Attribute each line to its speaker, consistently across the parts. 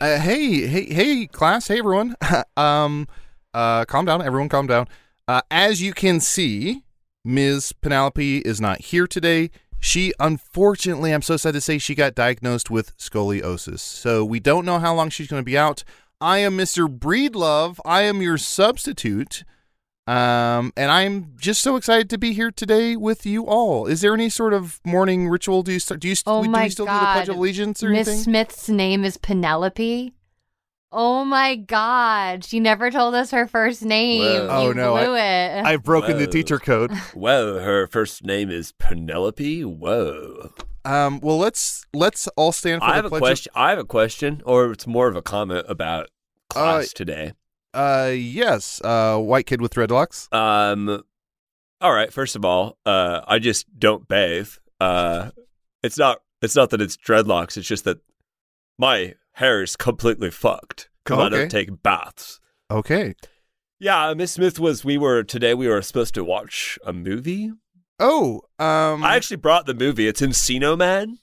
Speaker 1: Uh, hey, hey, hey, class. Hey, everyone. um, uh, calm down. Everyone, calm down. Uh, as you can see, Ms. Penelope is not here today. She, unfortunately, I'm so sad to say, she got diagnosed with scoliosis. So we don't know how long she's going to be out. I am Mr. Breedlove. I am your substitute. Um, and I'm just so excited to be here today with you all. Is there any sort of morning ritual? Do you start? Do you,
Speaker 2: Oh
Speaker 1: do
Speaker 2: my
Speaker 1: you still do the
Speaker 2: God.
Speaker 1: Pledge of Allegiance or
Speaker 2: Miss
Speaker 1: anything?
Speaker 2: Smith's name is Penelope. Oh my God. She never told us her first name.
Speaker 3: Whoa.
Speaker 2: You
Speaker 1: Oh, no, I-
Speaker 2: Blew it.
Speaker 1: I've broken the
Speaker 3: Whoa.
Speaker 1: teacher code.
Speaker 3: Whoa, her first name is Penelope. Whoa.
Speaker 1: Um, well, let's let's all stand for
Speaker 3: I
Speaker 1: the
Speaker 3: have a
Speaker 1: pledge. of-
Speaker 3: question. I have a question, or it's more of a comment about class
Speaker 1: Uh,
Speaker 3: today.
Speaker 1: Uh, yes. Uh, white kid with dreadlocks.
Speaker 3: Um, all right. First of all, uh, I just don't bathe. Uh, it's not. It's not that it's dreadlocks. It's just that my hair is completely fucked because I
Speaker 1: Okay.
Speaker 3: don't take baths.
Speaker 1: Okay.
Speaker 3: Yeah, uh, Miss Smith was. We were today. We were supposed to watch a movie.
Speaker 1: Oh. Um.
Speaker 3: I actually brought the movie. It's Encino Man.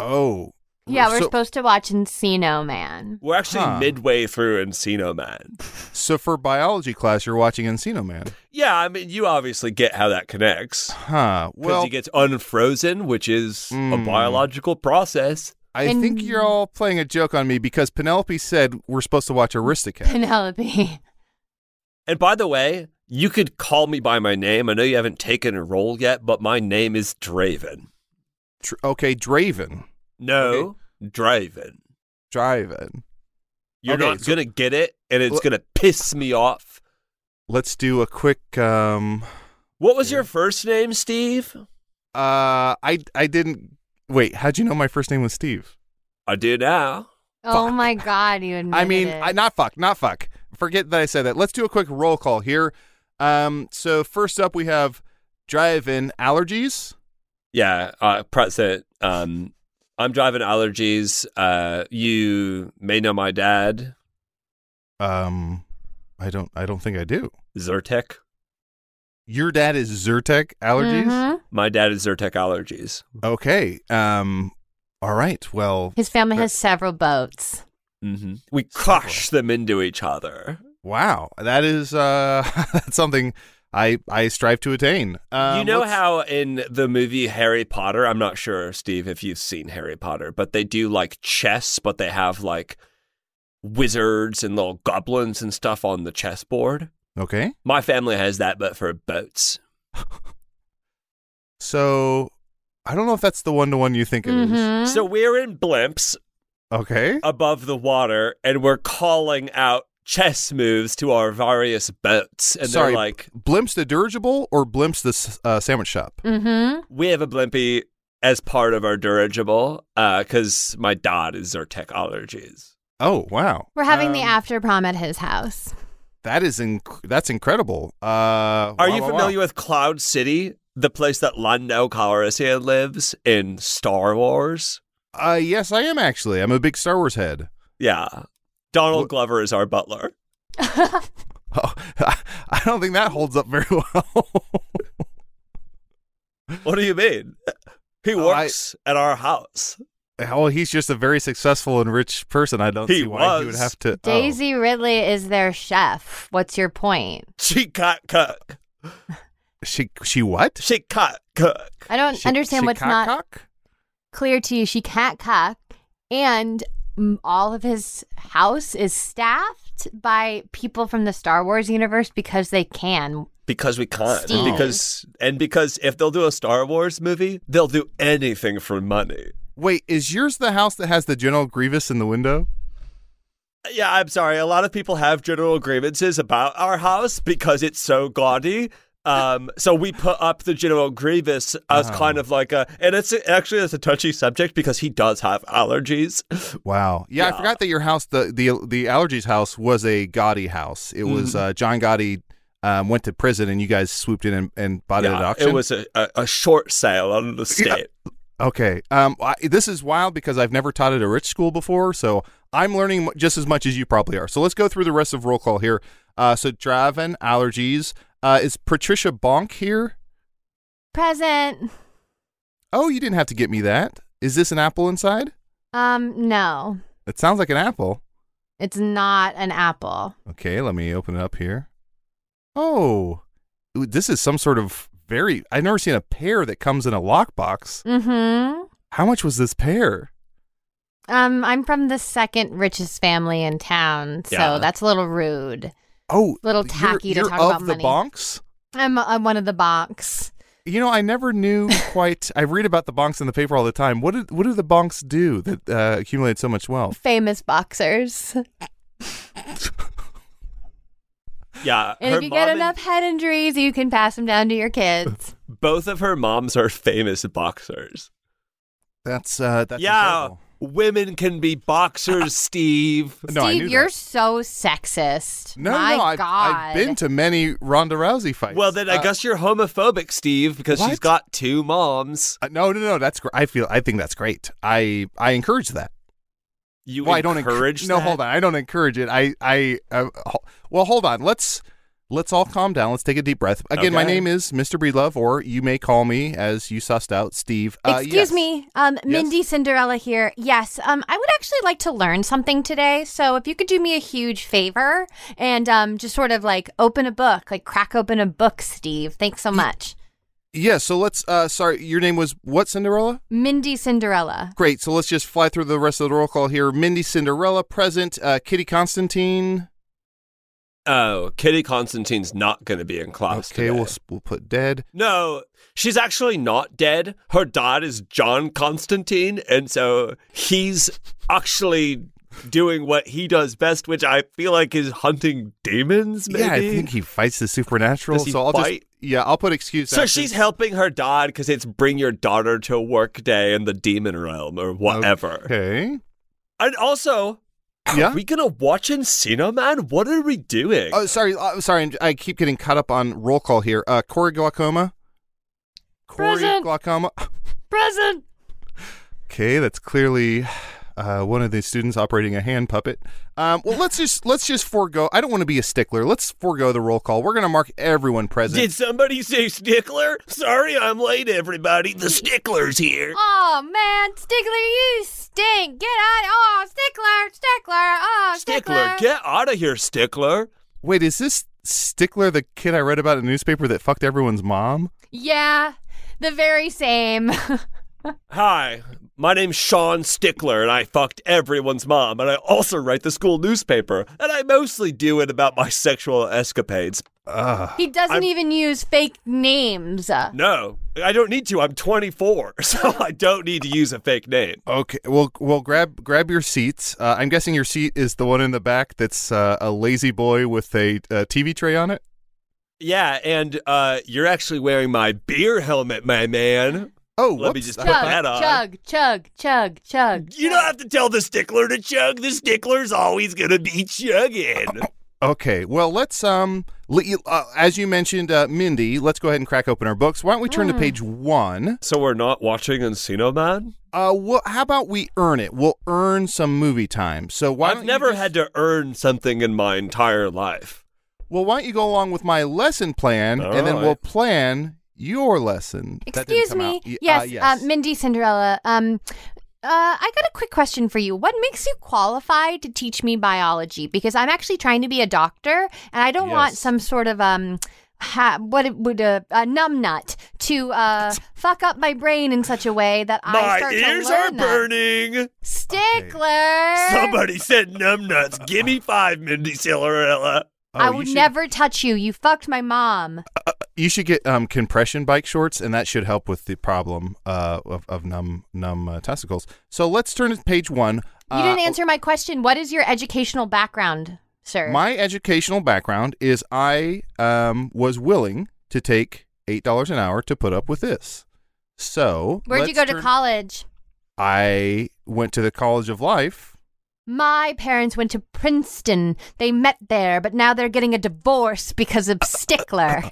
Speaker 1: oh.
Speaker 2: yeah, we're
Speaker 1: so,
Speaker 2: supposed to watch Encino Man.
Speaker 3: We're actually
Speaker 1: Huh.
Speaker 3: midway through Encino Man.
Speaker 1: So for biology class, you're watching Encino Man.
Speaker 3: Yeah, I mean, you obviously get how that connects.
Speaker 1: Huh.
Speaker 3: Because
Speaker 1: Well,
Speaker 3: he gets unfrozen, which is
Speaker 1: Mm.
Speaker 3: a biological process.
Speaker 1: I think you're all playing a joke on me because Penelope said we're supposed to watch Aristocat.
Speaker 2: Penelope.
Speaker 3: And by the way, you could call me by my name. I know you haven't taken a role yet, but my name is Draven.
Speaker 1: Tr- okay, Draven.
Speaker 3: No, Draven.
Speaker 1: Draven.
Speaker 3: You're
Speaker 1: Okay,
Speaker 3: not
Speaker 1: so-
Speaker 3: going to get it, and it's
Speaker 1: Well-
Speaker 3: going to piss me off.
Speaker 1: Let's do a quick. Um.
Speaker 3: What was your first name, Steve?
Speaker 1: Uh. I. I didn't. Wait. How'd you know my first name was Steve?
Speaker 3: I do now.
Speaker 2: Oh
Speaker 1: Fuck.
Speaker 2: my God, you admitted
Speaker 1: I mean,
Speaker 2: it.
Speaker 1: I, not fuck, not fuck. Forget that I said that. Let's do a quick roll call here. Um, so first up, we have drive-in allergies.
Speaker 3: Yeah, uh, present. Um, I'm driving allergies. Uh, you may know my dad,
Speaker 1: Um, I don't, I don't think I do.
Speaker 3: Zyrtec.
Speaker 1: Your dad is Zyrtec allergies.
Speaker 2: Mhm.
Speaker 3: My dad is Zyrtec allergies.
Speaker 1: Okay. Um, all right. Well,
Speaker 2: His family has several boats.
Speaker 3: Mm-hmm. We crush them into each other.
Speaker 1: wow, that is uh, that's something I I strive to attain. Um,
Speaker 3: you know
Speaker 1: let's-
Speaker 3: how in the movie Harry Potter, I'm not sure, Steve, if you've seen Harry Potter, but they do like chess, but they have like wizards and little goblins and stuff on the chessboard.
Speaker 1: Okay.
Speaker 3: My family has that, but for boats.
Speaker 1: So I don't know if that's the one-to-one you think it is.
Speaker 2: Mhm.
Speaker 3: So we're in blimps
Speaker 1: Okay.
Speaker 3: above the water and we're calling out chess moves to our various boats. And
Speaker 1: Sorry,
Speaker 3: they're like,
Speaker 1: Blimps the dirigible or Blimps the s- uh, sandwich shop?
Speaker 2: Mhm.
Speaker 3: we have a blimpy as part of our dirigible because my dad is Zyrtec allergies.
Speaker 1: Oh wow,
Speaker 2: We're having the
Speaker 1: Um, oh.
Speaker 2: after prom at his house.
Speaker 1: That is inc- that's incredible. Uh, Are
Speaker 3: Are you familiar with Cloud City, the place that Lando Calrissian lives in Star Wars?
Speaker 1: Uh, yes, I am actually. I'm a big Star Wars head.
Speaker 3: Yeah. Donald
Speaker 1: Wh-
Speaker 3: Glover is our butler.
Speaker 1: Oh, I don't think that holds up very well.
Speaker 3: What do you mean? He
Speaker 1: Oh, I-
Speaker 3: works at our house.
Speaker 1: well, he's just a very successful and rich person. I don't
Speaker 3: He
Speaker 1: see why he would
Speaker 3: was.
Speaker 1: have to. oh.
Speaker 2: Daisy Ridley is their chef. What's your point?
Speaker 3: She can't cook.
Speaker 1: she she what?
Speaker 3: She can't cook.
Speaker 2: I don't
Speaker 1: She-
Speaker 2: understand
Speaker 1: she
Speaker 2: what's
Speaker 1: cock
Speaker 2: not
Speaker 1: cock?
Speaker 2: clear to you. She can't cook, and mm, all of his house is staffed by people from the Star Wars universe because they can.
Speaker 3: Because we can't.
Speaker 2: Steve.
Speaker 3: Because and because if they'll do a Star Wars movie, they'll do anything for money.
Speaker 1: Wait, is yours the house that has the General Grievous in the window?
Speaker 3: Yeah, I'm sorry. A lot of people have general grievances about our house because it's so gaudy. Um, so we put up the General Grievous as
Speaker 1: Oh.
Speaker 3: kind of like a, and it's actually it's a touchy subject because he does have allergies.
Speaker 1: Wow. Yeah, I
Speaker 3: Yeah.
Speaker 1: forgot that your house, the the the allergies house, was a Gotti house. It was uh, John Gotti um, went to prison, and you guys swooped in and, and bought it at
Speaker 3: Yeah,
Speaker 1: auction.
Speaker 3: it was a, a, a short sale on the state.
Speaker 1: okay. Um, I, this is wild because I've never taught at a rich school before, so I'm learning mu- just as much as you probably are. So let's go through the rest of roll call here. Uh, so Draven allergies. Uh, is Patricia Bonk here?
Speaker 2: Present.
Speaker 1: Oh, you didn't have to get me that. Is this an apple inside?
Speaker 2: Um, no,
Speaker 1: It sounds like an apple.
Speaker 2: it's not an apple.
Speaker 1: Okay, let me open it up here. Oh, ooh, this is some sort of very. I've never seen a pear that comes in a lockbox.
Speaker 2: Mm-hmm.
Speaker 1: How much was this pear?
Speaker 2: Um, I'm from the second richest family in town, so
Speaker 3: Yeah.
Speaker 2: that's a little rude.
Speaker 1: Oh,
Speaker 2: Little
Speaker 1: you're-
Speaker 2: tacky to
Speaker 1: you're
Speaker 2: talk
Speaker 1: of
Speaker 2: about
Speaker 1: the
Speaker 2: money.
Speaker 1: bonks.
Speaker 2: I'm, I'm one of the bonks.
Speaker 1: You know, I never knew quite. I read about the bonks in the paper all the time. What did what do the bonks do that uh, accumulate so much wealth?
Speaker 2: Famous boxers.
Speaker 3: Yeah,
Speaker 2: And
Speaker 3: her
Speaker 2: if you get
Speaker 3: mom
Speaker 2: enough head injuries, you can pass them down to your kids.
Speaker 3: both of her moms are famous boxers.
Speaker 1: That's uh, that's
Speaker 3: yeah,
Speaker 1: incredible.
Speaker 3: women can be boxers, Steve.
Speaker 1: No, I
Speaker 2: Steve,
Speaker 1: knew
Speaker 2: you're
Speaker 1: that.
Speaker 2: so sexist.
Speaker 1: No,
Speaker 2: My
Speaker 1: no, I've,
Speaker 2: God.
Speaker 1: I've been to many Ronda Rousey fights.
Speaker 3: Well, then I
Speaker 1: Uh,
Speaker 3: guess you're homophobic, Steve, because she's
Speaker 1: what?
Speaker 3: got two moms.
Speaker 1: uh, no, no, no. That's gr- I feel. I think that's great. I I encourage that.
Speaker 3: You
Speaker 1: well, I don't
Speaker 3: encourage?
Speaker 1: No,
Speaker 3: that?
Speaker 1: hold on. I don't encourage it. I, I, uh, ho- well, hold on. Let's let's all calm down. Let's take a deep breath. Again, my
Speaker 3: Okay.
Speaker 1: name is Mr. Breedlove, or you may call me as you sussed out, Steve. Uh,
Speaker 2: Excuse
Speaker 1: yes.
Speaker 2: me, um, Mindy
Speaker 1: Yes?
Speaker 2: Cinderella here. Yes, um, I would actually like to learn something today. So if you could do me a huge favor and um, just sort of like open a book, like crack open a book, Steve. Thanks so much,
Speaker 1: Yeah. So let's. Uh, sorry, your name was what? Cinderella.
Speaker 2: Mindy Cinderella.
Speaker 1: Great. So let's just fly through the rest of the roll call here. Mindy Cinderella present. Uh, Kitty Constantine.
Speaker 3: Oh, Kitty Constantine's not going to be in class.
Speaker 1: okay.
Speaker 3: today.
Speaker 1: We'll s- we'll put dead.
Speaker 3: No, she's actually not dead. Her dad is John Constantine, and so he's actually doing what he does best, which I feel like is hunting demons. Maybe.
Speaker 1: Yeah, I think he fights the supernatural.
Speaker 3: Does he
Speaker 1: so I'll
Speaker 3: fight?
Speaker 1: just. Yeah, I'll put excuse.
Speaker 3: so
Speaker 1: after.
Speaker 3: she's helping her dad because it's bring your daughter to work day in the demon realm or whatever.
Speaker 1: Okay.
Speaker 3: And also,
Speaker 1: Yeah.
Speaker 3: are we gonna watch Encino Man? What are we doing?
Speaker 1: Oh, sorry, uh, sorry. I keep getting caught up on roll call here. Uh, Corey Glaucoma. Corey
Speaker 2: Present.
Speaker 1: Glaucoma.
Speaker 2: Present.
Speaker 1: Okay, that's clearly uh, one of the students operating a hand puppet. Um, well, let's just let's just forego. I don't want to be a stickler. Let's forego the roll call. We're gonna mark everyone present.
Speaker 3: Did somebody say Stickler? Sorry, I'm late, everybody. The Stickler's here.
Speaker 2: Oh man, Stickler, you stink. Get out. Oh, Stickler, Stickler. Oh,
Speaker 3: Stickler, get out of here, Stickler.
Speaker 1: Wait, is this Stickler the kid I read about in the newspaper that fucked everyone's mom?
Speaker 2: yeah, the very same.
Speaker 3: Hi, my name's Sean Stickler, and I fucked everyone's mom, and I also write the school newspaper, and I mostly do it about my sexual escapades.
Speaker 1: Ugh.
Speaker 2: He doesn't
Speaker 3: I'm-
Speaker 2: even use fake names.
Speaker 3: No, I don't need to. I'm 24, so I don't need to use a fake name.
Speaker 1: Okay, well, well, grab grab your seats. Uh, I'm guessing your seat is the one in the back that's uh, a lazy boy with a uh, TV tray on it.
Speaker 3: Yeah, and uh, you're actually wearing my beer helmet, my man.
Speaker 1: Oh,
Speaker 3: Let me
Speaker 1: whoops.
Speaker 3: just
Speaker 1: I
Speaker 3: put
Speaker 1: thought-
Speaker 3: that on.
Speaker 2: chug, chug, chug, chug.
Speaker 3: You don't have to tell the stickler to chug. The stickler's always going to be chugging.
Speaker 1: Okay, well, let's um, let you, uh, as you mentioned, uh, Mindy. Let's go ahead and crack open our books. Why don't we
Speaker 2: Hmm.
Speaker 1: turn to page one?
Speaker 3: So we're not watching Encino Man?
Speaker 1: Uh, well, how about we earn it? We'll earn some movie time. So why
Speaker 3: I've
Speaker 1: don't
Speaker 3: never
Speaker 1: you just-
Speaker 3: had to earn something in my entire life.
Speaker 1: Well, why don't you go along with my lesson plan,
Speaker 3: All
Speaker 1: and then
Speaker 3: right.
Speaker 1: we'll plan your lesson. That didn't
Speaker 2: Excuse
Speaker 1: come
Speaker 2: me.
Speaker 1: out. Y-
Speaker 2: yes,
Speaker 1: uh,
Speaker 2: uh,
Speaker 1: yes.
Speaker 2: Mindy Cinderella. Um, uh, I got a quick question for you. What makes you qualified to teach me biology? Because I'm actually trying to be a doctor, and I don't want
Speaker 3: Yes.
Speaker 2: some sort of um, ha- what it would a, a numbnut to uh fuck up my brain in such a way that I
Speaker 3: my
Speaker 2: start
Speaker 3: ears
Speaker 2: to learn
Speaker 3: are
Speaker 2: that.
Speaker 3: burning.
Speaker 2: Stickler.
Speaker 3: Somebody said numbnuts. Give me five, Mindy Cinderella.
Speaker 1: Oh,
Speaker 2: I
Speaker 1: you
Speaker 2: would
Speaker 1: should-
Speaker 2: never touch you. You fucked my mom.
Speaker 1: You should get um, compression bike shorts, and that should help with the problem uh, of, of numb numb uh, testicles. So let's turn to page one.
Speaker 2: You didn't
Speaker 1: Uh,
Speaker 2: answer my question. What is your educational background, sir?
Speaker 1: My educational background is I um, was willing to take eight dollars an hour to put up with this. So
Speaker 2: Where'd you
Speaker 1: let's
Speaker 2: go to
Speaker 1: turn-
Speaker 2: college?
Speaker 1: I went to the College of Life.
Speaker 2: My parents went to Princeton. They met there, but now they're getting a divorce because of Stickler.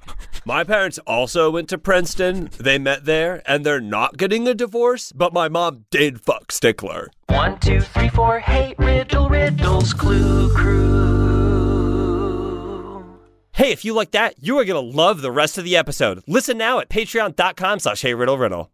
Speaker 3: My parents also went to Princeton. They met there, and they're not getting a divorce, but my mom did fuck Stickler.
Speaker 4: One, two, three, four. Hey, riddle, riddles, clue, crew.
Speaker 5: Hey, if you like that, you are going to love the rest of the episode. Listen now at patreon.com slash heyriddleriddle.